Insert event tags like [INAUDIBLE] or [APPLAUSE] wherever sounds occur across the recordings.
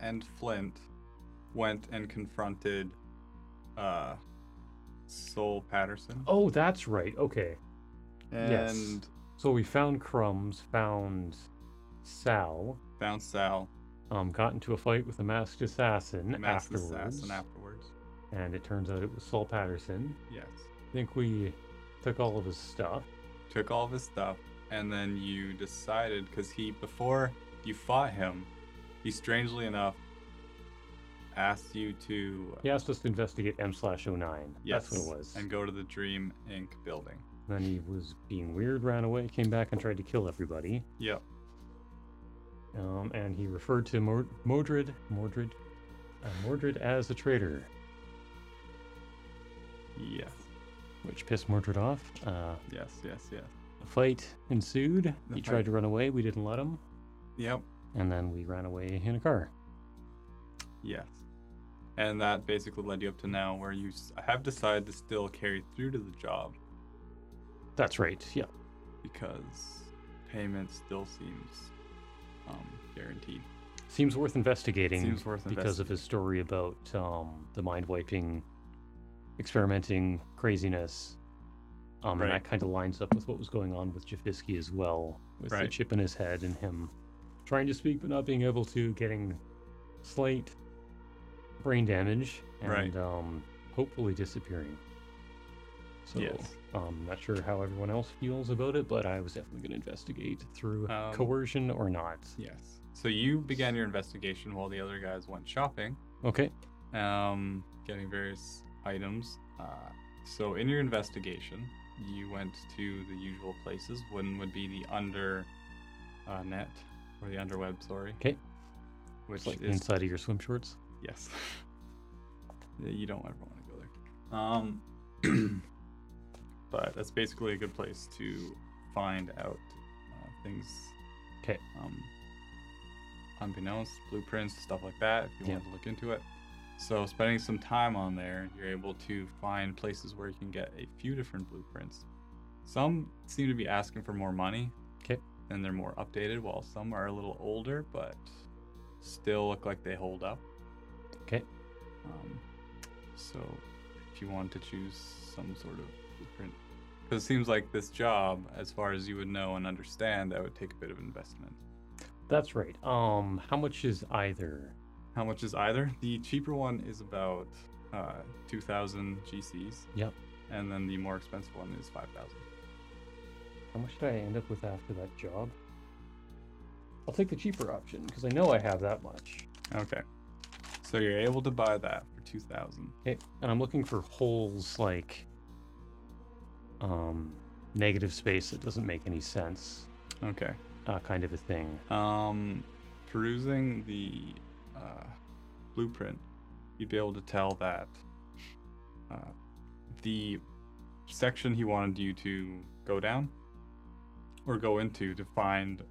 and Flint went and confronted uh Soul Patterson. Oh, that's right. Okay. and yes. So we found Crumbs, found Sal, found Sal, um, got into a fight with a masked assassin masked afterwards. assassin afterwards. and it turns out it was Saul Patterson. Yes. I think we took all of his stuff. Took all of his stuff, and then you decided because he before you fought him, he strangely enough asked you to uh, He asked us to investigate M slash 09. yes That's what it was. and go to the Dream Inc. building. Then he was being weird, ran away, came back and tried to kill everybody. Yep. Um, and he referred to Mor- Mordred, Mordred, uh, Mordred as a traitor, Yes. which pissed Mordred off. Uh, Yes. Yes. Yes. a fight ensued. The he fight- tried to run away. We didn't let him. Yep. And then we ran away in a car. Yes. And that basically led you up to now, where you s- have decided to still carry through to the job That's right. Yeah. because payment still seems um, guaranteed. Seems worth investigating Seems worth because of his story about um, the mind wiping, experimenting craziness. Um, And Right. that kind of lines up with what was going on with Jafisky as well, with the Right. chip in his head and him trying to speak but not being able to, getting slight brain damage and Right. um, hopefully disappearing. So Yes. um, not sure how everyone else feels about it, but I was definitely going to investigate through Um, coercion or not. Yes. So you began your investigation while the other guys went shopping, Okay. um, getting various items. Uh, so in your investigation, you went to the usual places. One would be the under uh, net or the underweb, sorry. 'Kay. Which It's like is inside of your swim shorts. Yes. [LAUGHS] Yeah, you don't ever want to go there. Um, [CLEARS THROAT] but that's basically a good place to find out uh, things. 'Kay. Um, unbeknownst, blueprints, stuff like that, if you Yeah. want to look into it. So, spending some time on there, you're able to find places where you can get a few different blueprints. Some seem to be asking for more money. 'Kay. And they're more updated, while some are a little older, but still look like they hold up. Okay. Um, so, if you want to choose some sort of blueprint, because it seems like this job, as far as you would know and understand, that would take a bit of investment. That's right. Um, how much is either? How much is either? The cheaper one is about uh, 2,000 GCs. Yep. And then the more expensive one is 5,000. How much did I end up with after that job? I'll take the cheaper option because I know I have that much. Okay. So you're able to buy that for 2,000. Okay, and I'm looking for holes like um negative space that doesn't make any sense, Okay. uh, kind of a thing. Um, perusing the uh, blueprint, you'd be able to tell that uh, the section he wanted you to go down or go into to find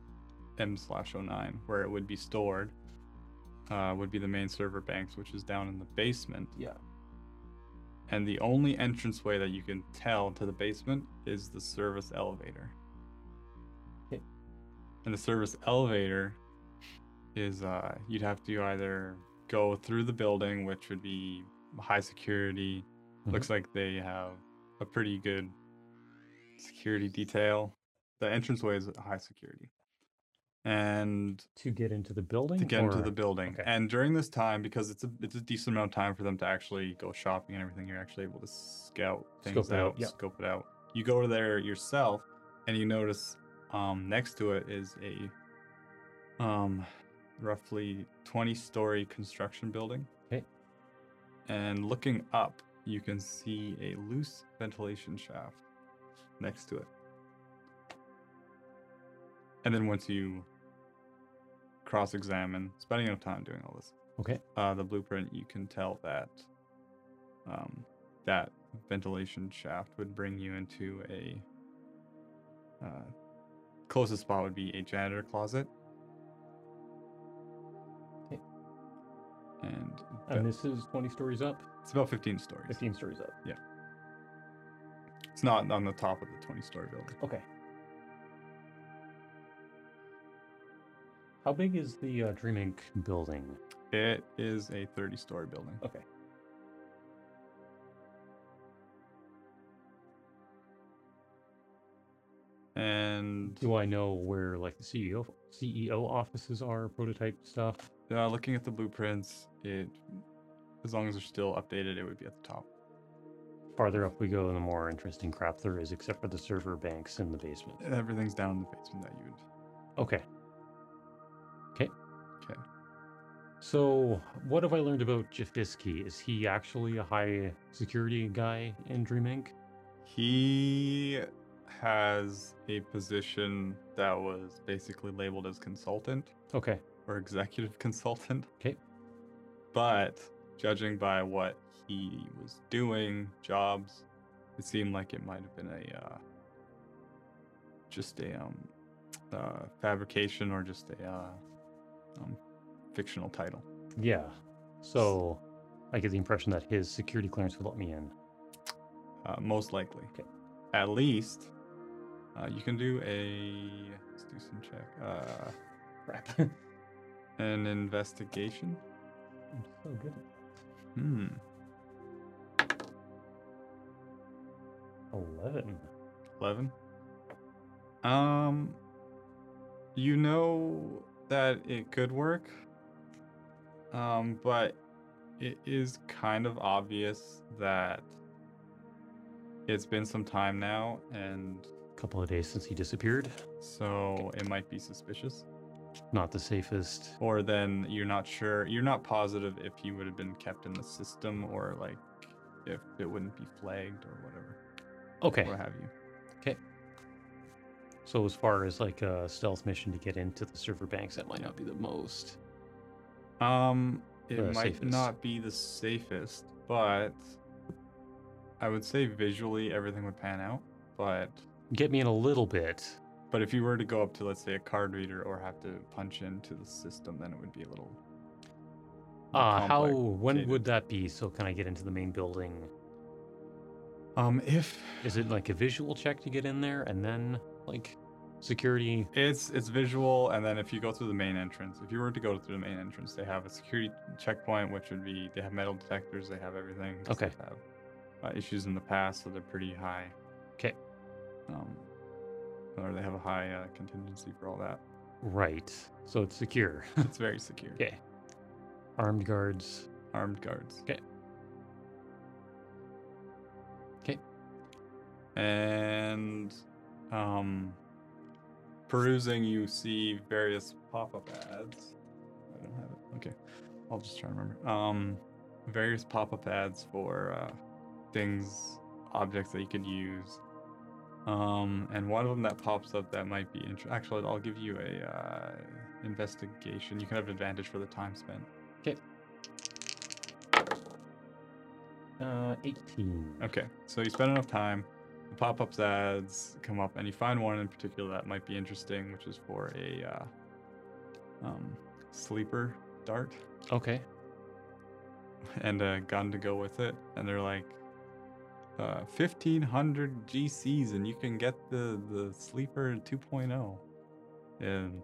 M slash 09, where it would be stored, uh, would be the main server banks, which is down in the basement. Yeah. And the only entranceway that you can tell to the basement is the service elevator. Okay. And the service elevator is uh you'd have to either go through the building, which would be high security. Mhm. Looks like they have a pretty good security detail. The entranceway is high security. And To get into the building. to get into or- the building. okay. And during this time, because it's a it's a decent amount of time for them to actually go shopping and everything, you're actually able to scout things Scope it out, out, yeah. scope it out. You go there yourself, and you notice um, next to it is a um, roughly 20 story construction building. Okay. And looking up, you can see a loose ventilation shaft next to it. And then once you cross examine, spending enough time doing all this, Okay. uh, the blueprint, you can tell that um, that ventilation shaft would bring you into a uh, closest spot would be a janitor closet. Okay. And And the- this is 20 stories up, it's about 15 stories. 15 stories up. It's not on the top of Oh. the 20 story building. Okay. How big is the uh, Dream Inc. building? It is a 30 story building. Okay. And Do I know where like the E CEO CEO offices are, prototype stuff? uh, looking at the blueprints, it as long as they're still updated, it would be at the top. Farther up we go, the more interesting crap there is, except for the server banks in the basement. Everything's down in the basement that you would Okay. Okay. 'Kay. So, what have I learned about Jafisky? Is he actually a high security guy in Dream Inc? He has a position that was basically labeled as consultant Okay. or executive [LAUGHS] consultant. Okay. But judging by what he was doing, jobs, it seemed like it might have been a uh, just a um, uh, fabrication or just a uh, um, fictional title. Yeah. So, I get the impression that his security clearance would let me in. Uh, most likely. Okay. At least uh, you can do a let's do some check. Uh, Crap. [LAUGHS] I'm an investigation. so good. Hmm. at 11. Eleven. Um. You know that it could work. Um, but it is kind of obvious that it's been some time now, and Couple of days since he disappeared. so it might be suspicious. Not the safest. or then you're not sure you're not positive if he would have been kept in the system or like if it wouldn't be flagged or whatever Okay. what have you So as far as like a stealth mission to get into the server banks, that might not be the most. um it The might safest. not be the safest but i would say visually everything would pan out but Get me in a little bit. but if you were to go up to let's say a card reader or have to punch into the system then it would be a little more Uh, how? complex. When complicated. would that be? So can I get into the main building? um if Is it like a visual check to get in there, and then like security? It's it's visual, and then if you go through the main entrance, if you were to go through the main entrance, they have a security checkpoint, which would be they have metal detectors, they have everything. 'cause Okay. They've had, uh, issues in the past, so they're pretty high. 'Kay. Um, or they have a high uh, contingency for all that. Right. So it's secure. [LAUGHS] It's very secure. Okay. Armed guards. Armed guards. 'Kay. 'Kay. And um, perusing, you see various pop-up ads. I don't have it. Okay, I'll just try to remember. Um, various pop-up ads for uh, things, objects that you could use. Um, and one of them that pops up that might be interesting. Actually, I'll give you a uh, investigation. You can have advantage for the time spent. Uh, eighteen. Okay, so you spend enough time, the pop-ups ads come up, and you find one in particular that might be interesting, which is for a uh, um, sleeper dart [LAUGHS] Okay. and a gun to go with it. And they're like, uh, 1500 GCs, and you can get the, the sleeper 2.0. And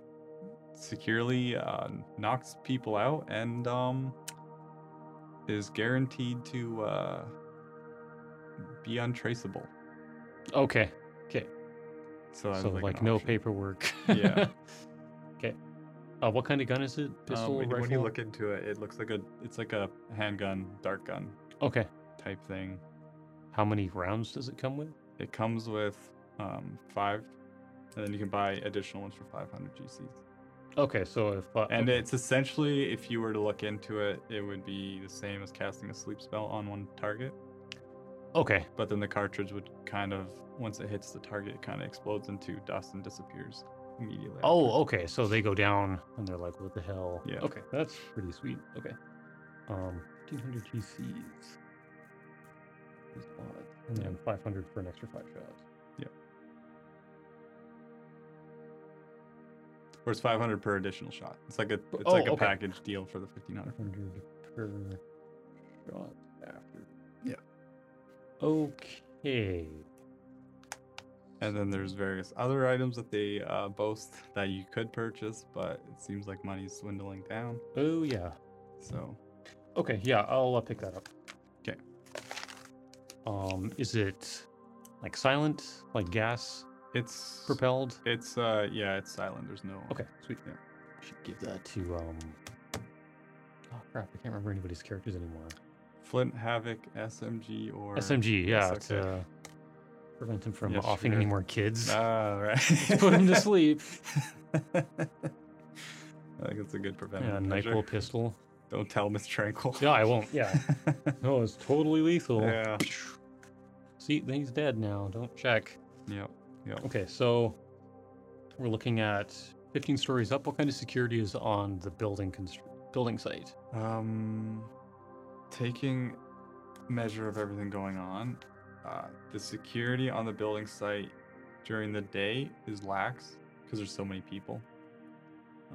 securely uh, knocks people out and um, is guaranteed to uh, be untraceable. Okay. So, that so was, like, an no option. paperwork. Yeah. [LAUGHS] okay. Uh, what kind of gun is it? Um, Pistol, when, rifle. when you look into it, it looks like a it's like a handgun, dart gun okay. type thing. How many rounds does it come with? It comes with um, five, and then you can buy additional ones for 500 GCs. Okay, so if uh, And okay. it's essentially, if you were to look into it, it would be the same as casting a sleep spell on one target. okay, But then the cartridge would kind of, once it hits the target, it kind of explodes into dust and disappears immediately. oh okay, so they go down and they're like, "What the hell?" Yeah. Okay, that's pretty sweet. Okay, um, fifteen hundred TCs. That's odd. And Yeah. then five hundred for an extra five shots. Or it's 500 per additional shot. It's like a it's Oh, like a okay. package deal for the 1500. Hundred per shot after. Yeah. Okay. And then there's various other items that they uh, boast that you could purchase, but it seems like money's swindling down. Oh yeah. So Okay, yeah, I'll uh, pick that up. 'Kay. Um, is it like silent, like gas it's propelled? it's uh yeah, it's silent. There's no Okay, sweet. Yeah. Should give that to um. Oh crap! I can't remember anybody's characters anymore. Flint Havoc, SMG, or SMG, yeah, yes, to okay. prevent him from Yes, offing any sure. more [LAUGHS] kids. [LAUGHS] Ah, right. Put him to sleep. [LAUGHS] I think it's a good preventive yeah, measure. Nyquil pistol. Don't tell Miss Tranquil. Yeah, I [LAUGHS] won't. Yeah. No, it's totally lethal. yeah. See, he's dead now. Don't check. Yep. Yep. Okay, so we're looking at 15 stories up. What kind of security is on the building constr- building site? Um, taking measure of everything going on, uh, the security on the building site during the day is lax because there's so many people.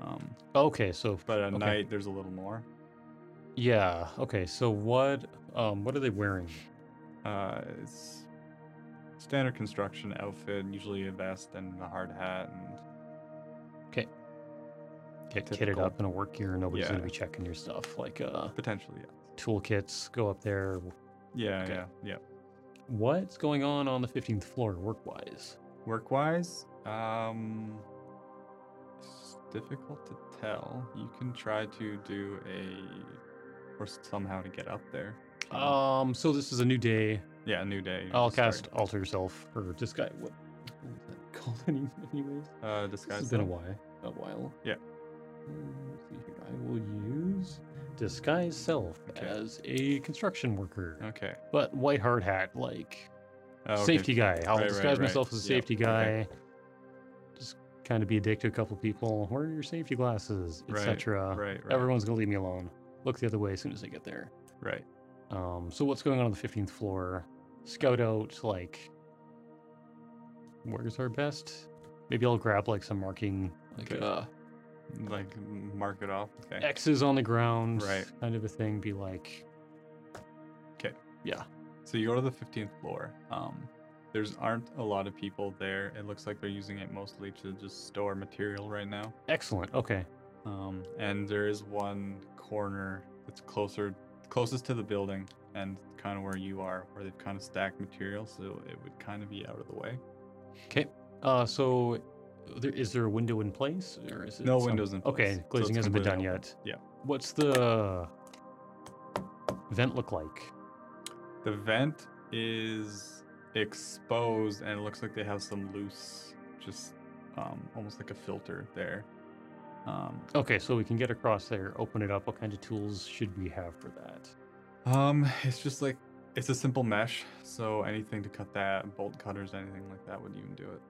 Um, Okay, so but at Okay. night there's a little more. yeah. Okay, so what um what are they wearing? Uh, it's standard construction outfit, usually a vest and a hard hat, and Get kitted Typical. up in a work gear. Nobody's gonna Yeah. be checking your stuff. Like uh potentially yes. toolkits. Go up there. Yeah, Okay. yeah, yeah. What's going on on the 15th floor work wise? Work wise, um, it's difficult to tell. You can try to do a or somehow to get up there. Um, Um, so this is a new day. yeah, a new day. I'll just starting. cast alter self or disguise. What, what was that called? [LAUGHS] any- Anyways. Uh, This disguise. has been a self. while. A while. Yeah. Um, let's see here. I will use disguise self Okay. as a construction worker, Okay. but white hard hat, like Oh, okay. safety guy. I'll Right, right, disguise right. myself as a Yeah, safety guy. okay. Just kind of be a dick to a couple people. Where are your safety glasses, Right, etc. Right. Right. Everyone's gonna leave me alone. Look the other way as soon as I get there. Right. Um, so what's going on on the fifteenth floor? Scout out like where's our best? Maybe I'll grab like some marking, like Okay. uh, Like m- mark it off. Okay. X's on the ground, Right. Kind of a thing. Be like, So you go to the 15th floor. Um, there's aren't a lot of people there. It looks like they're using it mostly to just store material right now. excellent. Okay, Um, and there is one corner that's closer, closest to the building, and kind of where you are, where they've kind of stacked material, so it would kind of be out of the way. okay. Uh, so there is there a window in place, or is it No some- windows in place, so Okay, it's glazing hasn't been done completely yet. Yeah. What's the vent look like? The vent is exposed, and it looks like they have some loose, just um, almost like a filter there. Um, Okay, so we can get across there, open it up. What kind of tools should we have for that? um, it's just like it's a simple mesh, so anything to cut that, bolt cutters, anything like that would even do it.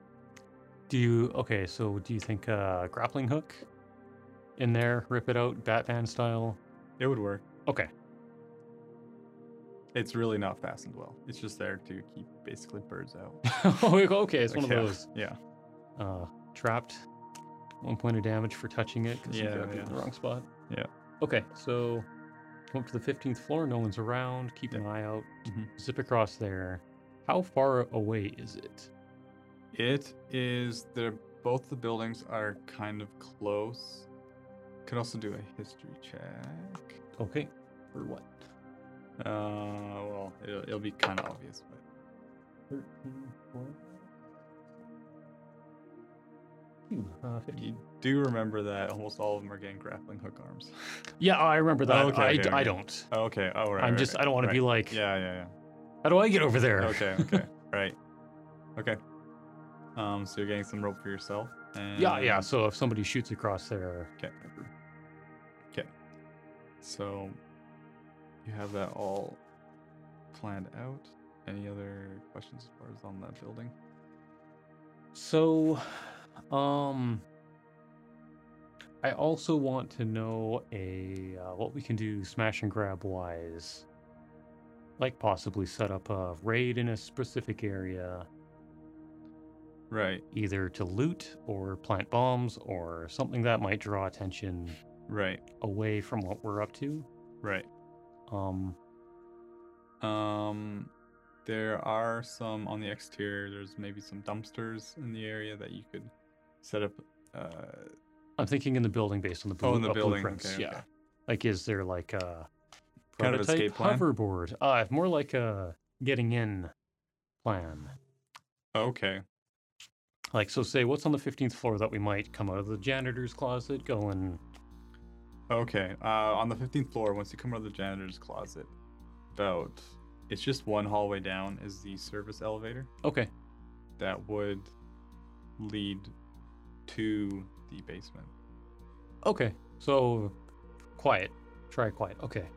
Do you okay? So do you think uh, grappling hook in there, rip it out, Batman style? It would work. Okay, [LAUGHS] It's really not fastened well. It's just there to keep basically birds out. okay, it's one Like, of yeah, those Yeah. uh, trapped. One point of damage for touching it because you Yeah, grabbed it in yeah. the wrong spot. Yeah. Okay, so go up to the fifteenth floor. No one's around. Keep Yeah. an eye out. Mhm. Zip across there. How far away is it? It is. They're both the buildings are kind of close. Could also do a history check. Okay, or what? Uh, well, it'll, it'll be kind of obvious, but Thirteen. Four? Phew, Uh, 15. you do remember that almost all of them are getting grappling hook arms. [LAUGHS] Yeah, I remember that. Okay, I, okay, I okay. don't. okay. Oh, right. I'm right, just. right, I don't want to be right. like. Yeah, yeah, How do I get over there? yeah. Okay, [LAUGHS] okay, right. Okay. Um, so you're getting some rope for yourself. And yeah, yeah. So if somebody shoots across there, Okay. So you have that all planned out. Any other questions as far as on that building? so, um, I also want to know a uh, what we can do smash and grab wise, like possibly set up a raid in a specific area, Right, either to loot or plant bombs or something that might draw attention right, away from what we're up to. right. Um, Um There are some on the exterior. There's maybe some dumpsters in the area that you could set up. Uh, I'm thinking in the building based on the, oh, in blue- the uh, building. blueprints. Okay, yeah. okay. Like, is there like a Kind of prototype escape plan? hoverboard? Uh, it's more like a getting in plan. Okay. Like, so say, what's on the 15th floor that we might come out of the janitor's closet, go and Okay. Uh, on the 15th floor, once you come out of the janitor's closet, about it's just one hallway down is the service elevator okay, that would lead to the basement. okay. So, quiet. Try quiet. Okay.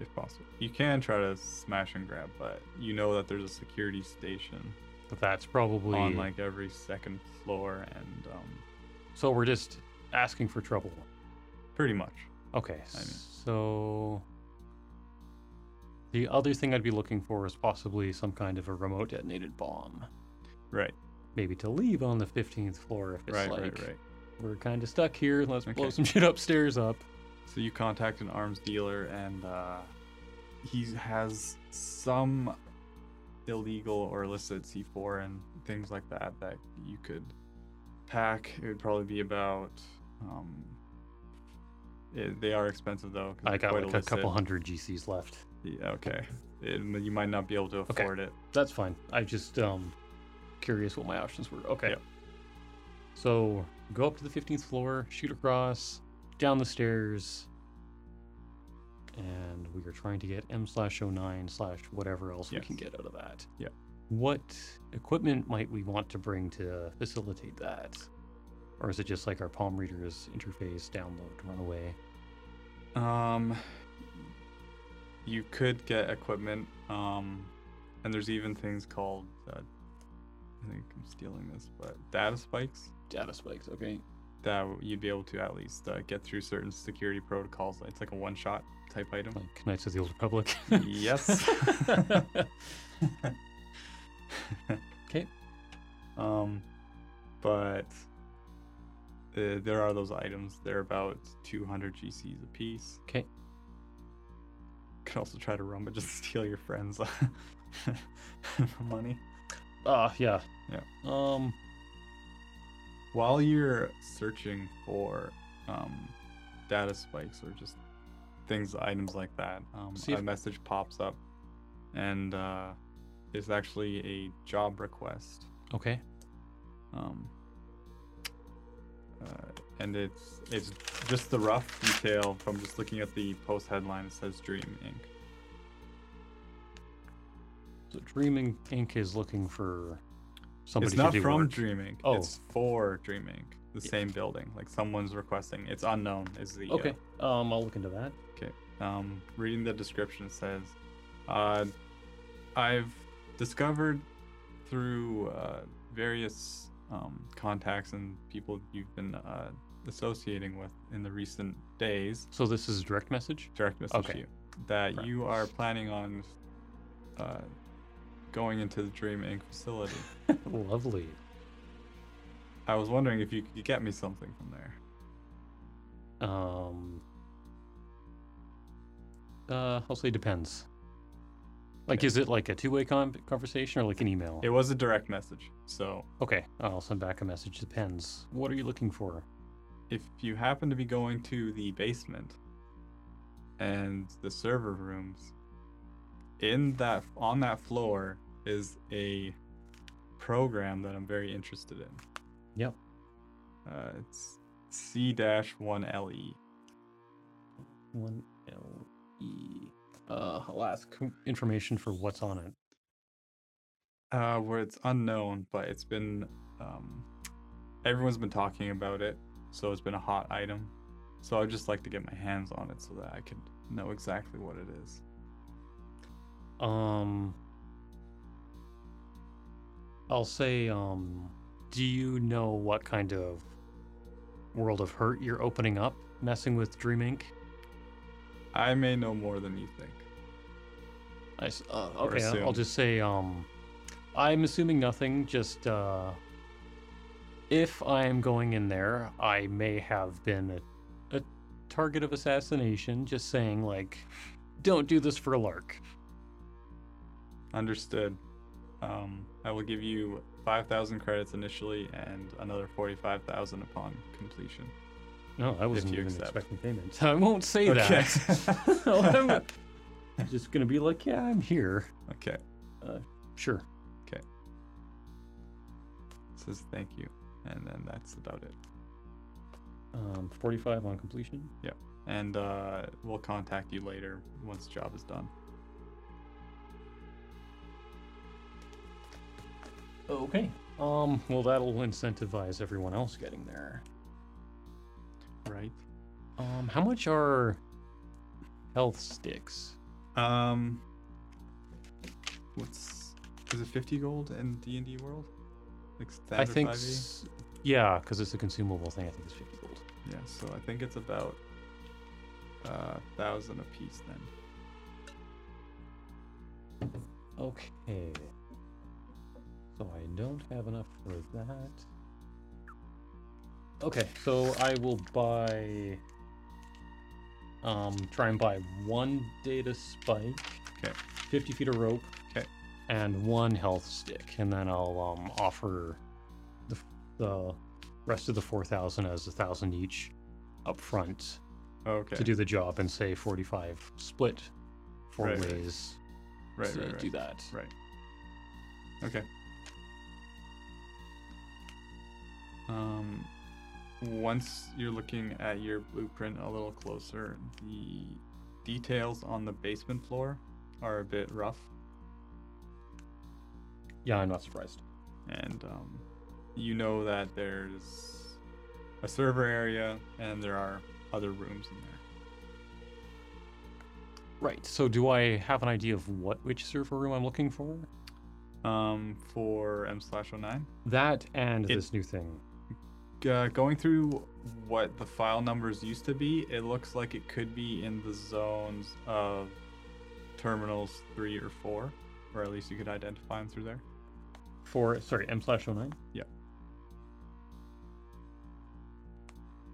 if possible. You can try to smash and grab, but you know that there's a security station But that's probably on like every second floor, and um, So we're just asking for trouble. pretty much. Okay. I mean- So the other thing I'd be looking for is possibly some kind of a remote detonated bomb. Right, Maybe to leave on the 15th floor if it's right, like right, right. we're kind of stuck here. Let's blow Okay. some [LAUGHS] shit upstairs up. So you contact an arms dealer, and uh, he has some illegal or illicit C4 and things like that that you could pack. It would probably be about. Um, it, they are expensive though. 'cause I they're got quite like a couple illicit. hundred GCs left. Yeah, okay. It, you might not be able to Okay. afford it. That's fine. I just um curious what my options were. Okay. Yep. So go up to the 15th floor, shoot across, down the stairs, and we are trying to get M slash 09 slash whatever else we can Yes. get out of that. Yep. What equipment might we want to bring to facilitate that? Or is it just like our palm readers interface, download, runaway? Um, you could get equipment. Um, and there's even things called. Uh, I think I'm stealing this, but data spikes Data spikes, okay. that w- you'd be able to at least uh, get through certain security protocols. It's like a one-shot type [LAUGHS] item. Like Knights of the Old Republic. [LAUGHS] Yes. Okay. Um, but uh, there are those items. They're about 200 GCs a piece. Okay. Could also try to rummage and [LAUGHS] steal your friends' money. Ah, yeah. Yeah. Um, While you're searching for um, data spikes or just things, items like that, um, See a if- message pops up, and uh, it's actually a job request. okay. um, uh, and it's it's just the rough detail from just looking at the post headline. It says Dream Inc. So Dreaming Inc. is looking for somebody it's not to do from work. Dream Inc. Oh. It's for Dream Inc. The Yeah. same building. Like someone's requesting. It's unknown. Is the uh, Okay. Um, I'll look into that. um, reading the description it says, uh, I've discovered through uh, various um, contacts and people you've been uh, associating with in the recent days So this is direct message. direct message Okay. to you that Right. you are planning on uh, going into the Dream Inc. facility. [LAUGHS] Lovely. I was wondering if you could get me something from there. Um. Uh, I'll say depends. Like, Okay. is it like a two-way con- conversation or like an email? It was a direct message, so okay, I'll send back a message. Depends. What are you looking for? if you happen to be going to the basement and the server rooms, in that on that floor is a program that I'm very interested in. Yep. Uh, it's C-1LE. One L E. Uh, I'll ask information for what's on it. uh, where it's unknown, but it's been um, everyone's been talking about it, so it's been a hot item. So I'd just like to get my hands on it so that I could know exactly what it is. Um, I'll say, um, do you know what kind of world of hurt you're opening up messing with Dream Inc? I may know more than you think. I, s- uh, Or okay, I'll- I'll assume. just say, um, I'm assuming nothing. Just, uh, if I am going in there, I may have been a, a target of assassination. Just saying, like, don't do this for a lark. Understood. Um, I will give you 5,000 credits initially and another 45,000 upon completion. No, I wasn't you even accept. expecting payment. I won't say [LAUGHS] that. I'm [LAUGHS] just gonna be like, yeah, I'm here. [LAUGHS] okay. Sure. Says thank you. And then that's about it. Um, 45 on completion. And uh, we'll contact you later once the job is done. Okay. Um, well, that'll incentivize everyone else getting there. Right. Um, how much are health sticks? Um, what's is it 50 gold in D and D world? Like standard I E? think, 5e? s- yeah, because it's a consumable thing. I think it's 50 gold. Yeah, so I think it's about uh, thousand a piece then. Okay. So I don't have enough for that. Okay, so I will buy. Um, try and buy one data spike. 'Kay. 50 feet of rope. 'Kay. And one health stick, and then I'll um offer the the rest of the four thousand as a thousand each up front Okay. to do the job, and say forty five split four Right, right. ways right, to right, right. do that. Right. Okay. Um, once you're looking at your blueprint a little closer, the details on the basement floor are a bit rough. Yeah, I'm not surprised. and um, you know that there's a server area and there are other rooms in there. Right. So, do I have an idea of what which server room I'm looking for? Um, for M slash 09, That and It- this new thing. uh, going through what the file numbers used to be, it looks like it could be in the zones of terminals three or four, or at least you could identify them through there. For sorry, M slash 09? Yeah.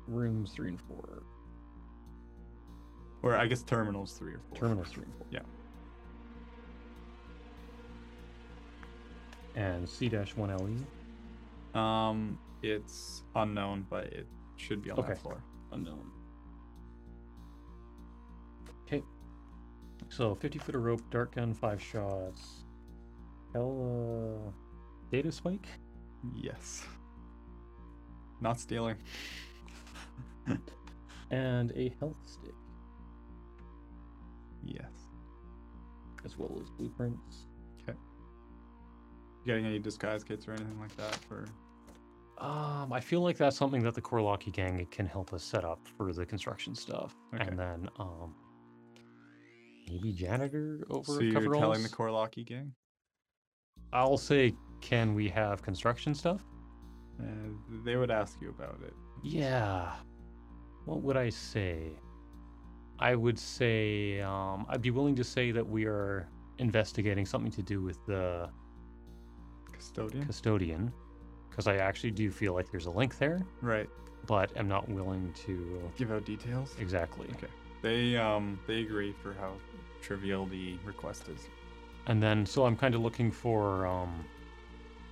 Rooms three and four. Or I guess terminals three or four. Terminals three and four. Yeah. And C dash one E? LE. Um, it's unknown, but it should be on Okay. that floor. Unknown. Okay. So 50 foot of rope, dart gun, five shots. Hell, uh, data spike? Yes. Not stealing. and a health stick, Yes. as well as blueprints. getting any disguise kits or anything like that for Um, I feel like that's something that the Korlaki gang can help us set up for the construction stuff, Okay. and then um, maybe janitor over so at you're coveralls. telling the Korlaki gang I'll say, can we have construction stuff? uh, they would ask you about it Yeah. What would I say? I would say um, I'd be willing to say that we are investigating something to do with the custodian custodian, because I actually do feel like there's a link there. right but am not willing to uh, give out details exactly. Okay. they um they agree for how trivial the request is And then so I'm kind of looking for um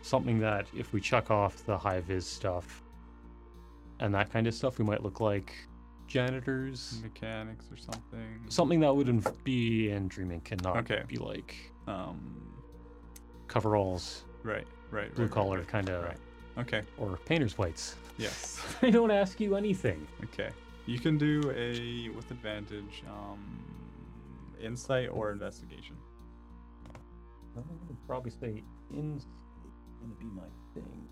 something that if we chuck off the high vis stuff and that kind of stuff, we might look like Mm-hmm. janitors. mechanics or something Something that would inv- be in dreaming cannot Okay. be like um coveralls, right right blue right, right, collar right. kind of, right. okay or painter's whites. [LAUGHS] yes I don't ask you anything. okay you can do a with advantage um insight or investigation I'm gonna probably say in gonna be my thing.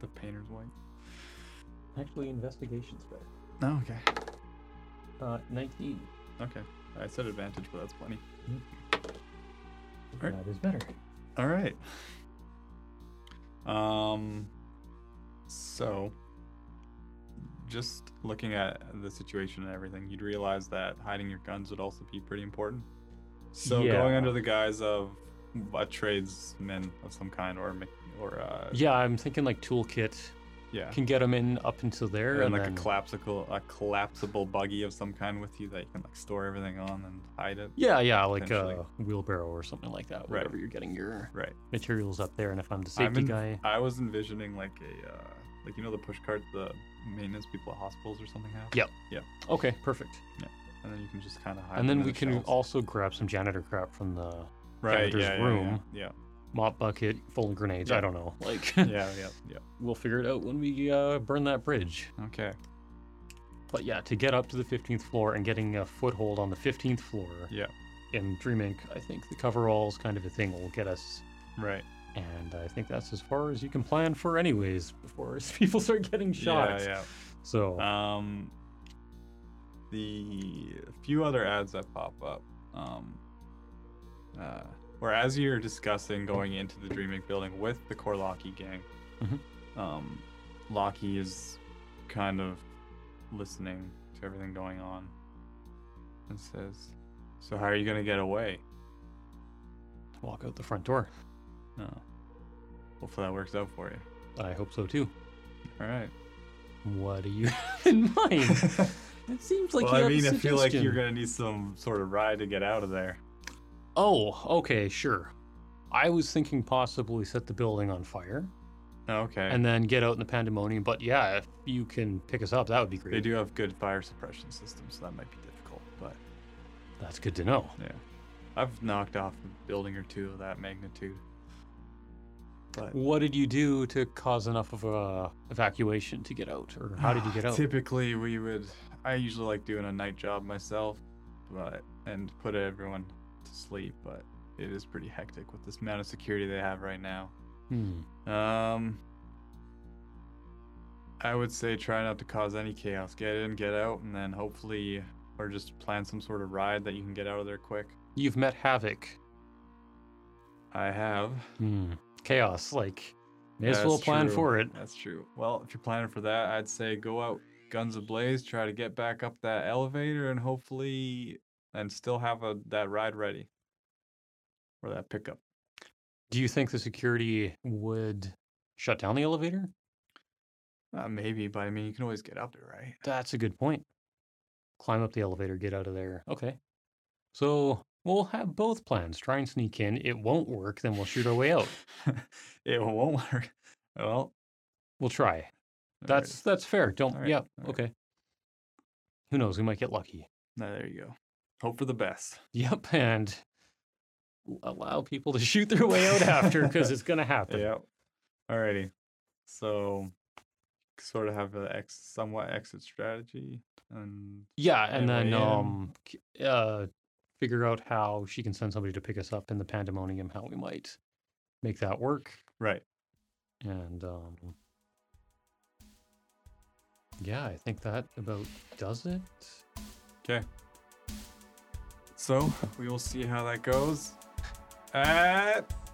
the painter's white Actually, investigations better. oh okay Uh, 19. okay i said advantage but that's plenty Alright. That is better. All right. Um. So, just looking at the situation and everything, you'd realize that hiding your guns would also be pretty important. So going Yeah. under the guise of a tradesman of some kind, or a mech- or uh, Yeah, I'm thinking like toolkit, Yeah. can get them in up until there, and then, and, like then- a collapsible, a collapsible buggy of some kind with you that you can like store everything on and hide it. Yeah, yeah, like potentially. a wheelbarrow or something like that. Right. Wherever you're getting your Right. materials up there, and if I'm the I'm safety in- guy, I was envisioning like a, uh, like you know the push cart the maintenance people at hospitals or something have. Yeah. okay, perfect. And then you can just kind of hide. and them then in we the can shelves. also grab some janitor crap from the right. janitor's Yeah, yeah, room. [LAUGHS] Yeah. mop bucket full of grenades. Yeah. I don't know. Like, Yeah. Yeah. yeah, yeah. [LAUGHS] we'll figure it out when we uh, burn that bridge. Okay. But yeah, to get up to the 15th floor and getting a foothold on the 15th floor Yeah. in Dream Inc., I think the coveralls kind of a thing will get us. Right. And I think that's as far as you can plan for, anyways, before [LAUGHS] people start getting shot. Yeah. So, Yeah. Um. The few other ads that pop up, um, uh, where as you're discussing going into the Dreaming building with the Korlaki gang, Mhm. um, Locky is kind of listening to everything going on and says, "So how are you gonna get away?" walk out the front door. No. Uh, Hopefully that works out for you. I hope so too. All right. What do you [LAUGHS] have in mind? It seems like well, you I have a mean, I feel like you're suggestion. gonna need some sort of ride to get out of there. Oh, okay, sure. I was thinking possibly set the building on fire. Okay. and then get out in the pandemonium. But yeah, if you can pick us up, that would be great. they do have good fire suppression systems, so that might be difficult. But That's good to know. yeah, I've knocked off a building or two of that magnitude. But What did you do to cause enough of a evacuation to get out, or how did Ah, you [SIGHS] get out? Typically, we would. I usually like doing a night job myself, but and put everyone to sleep. But it is pretty hectic with this amount of security they have right now. Hmm. Um, I would say try not to cause any chaos. Get in, get out, and then hopefully, or just plan some sort of ride that you can get out of there quick. You've met havoc. I have. Hmm. Chaos, like may as well That's plan true. for it. That's true. Well, if you're planning for that, I'd say go out guns ablaze, try to get back up that elevator, and hopefully, and still have a that ride ready or that pickup. Do you think the security would shut down the elevator? Uh, maybe, but I mean, you can always get up there, right? That's a good point. Climb up the elevator, get out of there. Okay. So we'll have both plans. Try and sneak in. It won't work, then we'll shoot our way out. [LAUGHS] it won't work. Well, We'll try. there it That's is. that's fair. Don't. All right, Yeah. all right. Okay. Who knows? We might get lucky. Now, there you go. Hope for the best. Yep. And allow people to shoot their way out after because [LAUGHS] it's gonna happen. Yeah. Alrighty. So, sort of have an ex, somewhat exit strategy, and Yeah, and Yeah, then yeah. um, k- uh, figure out how she can send somebody to pick us up in the pandemonium. How we might make that work. right. And um, yeah, I think that about does it. Okay. So we will see how that goes. At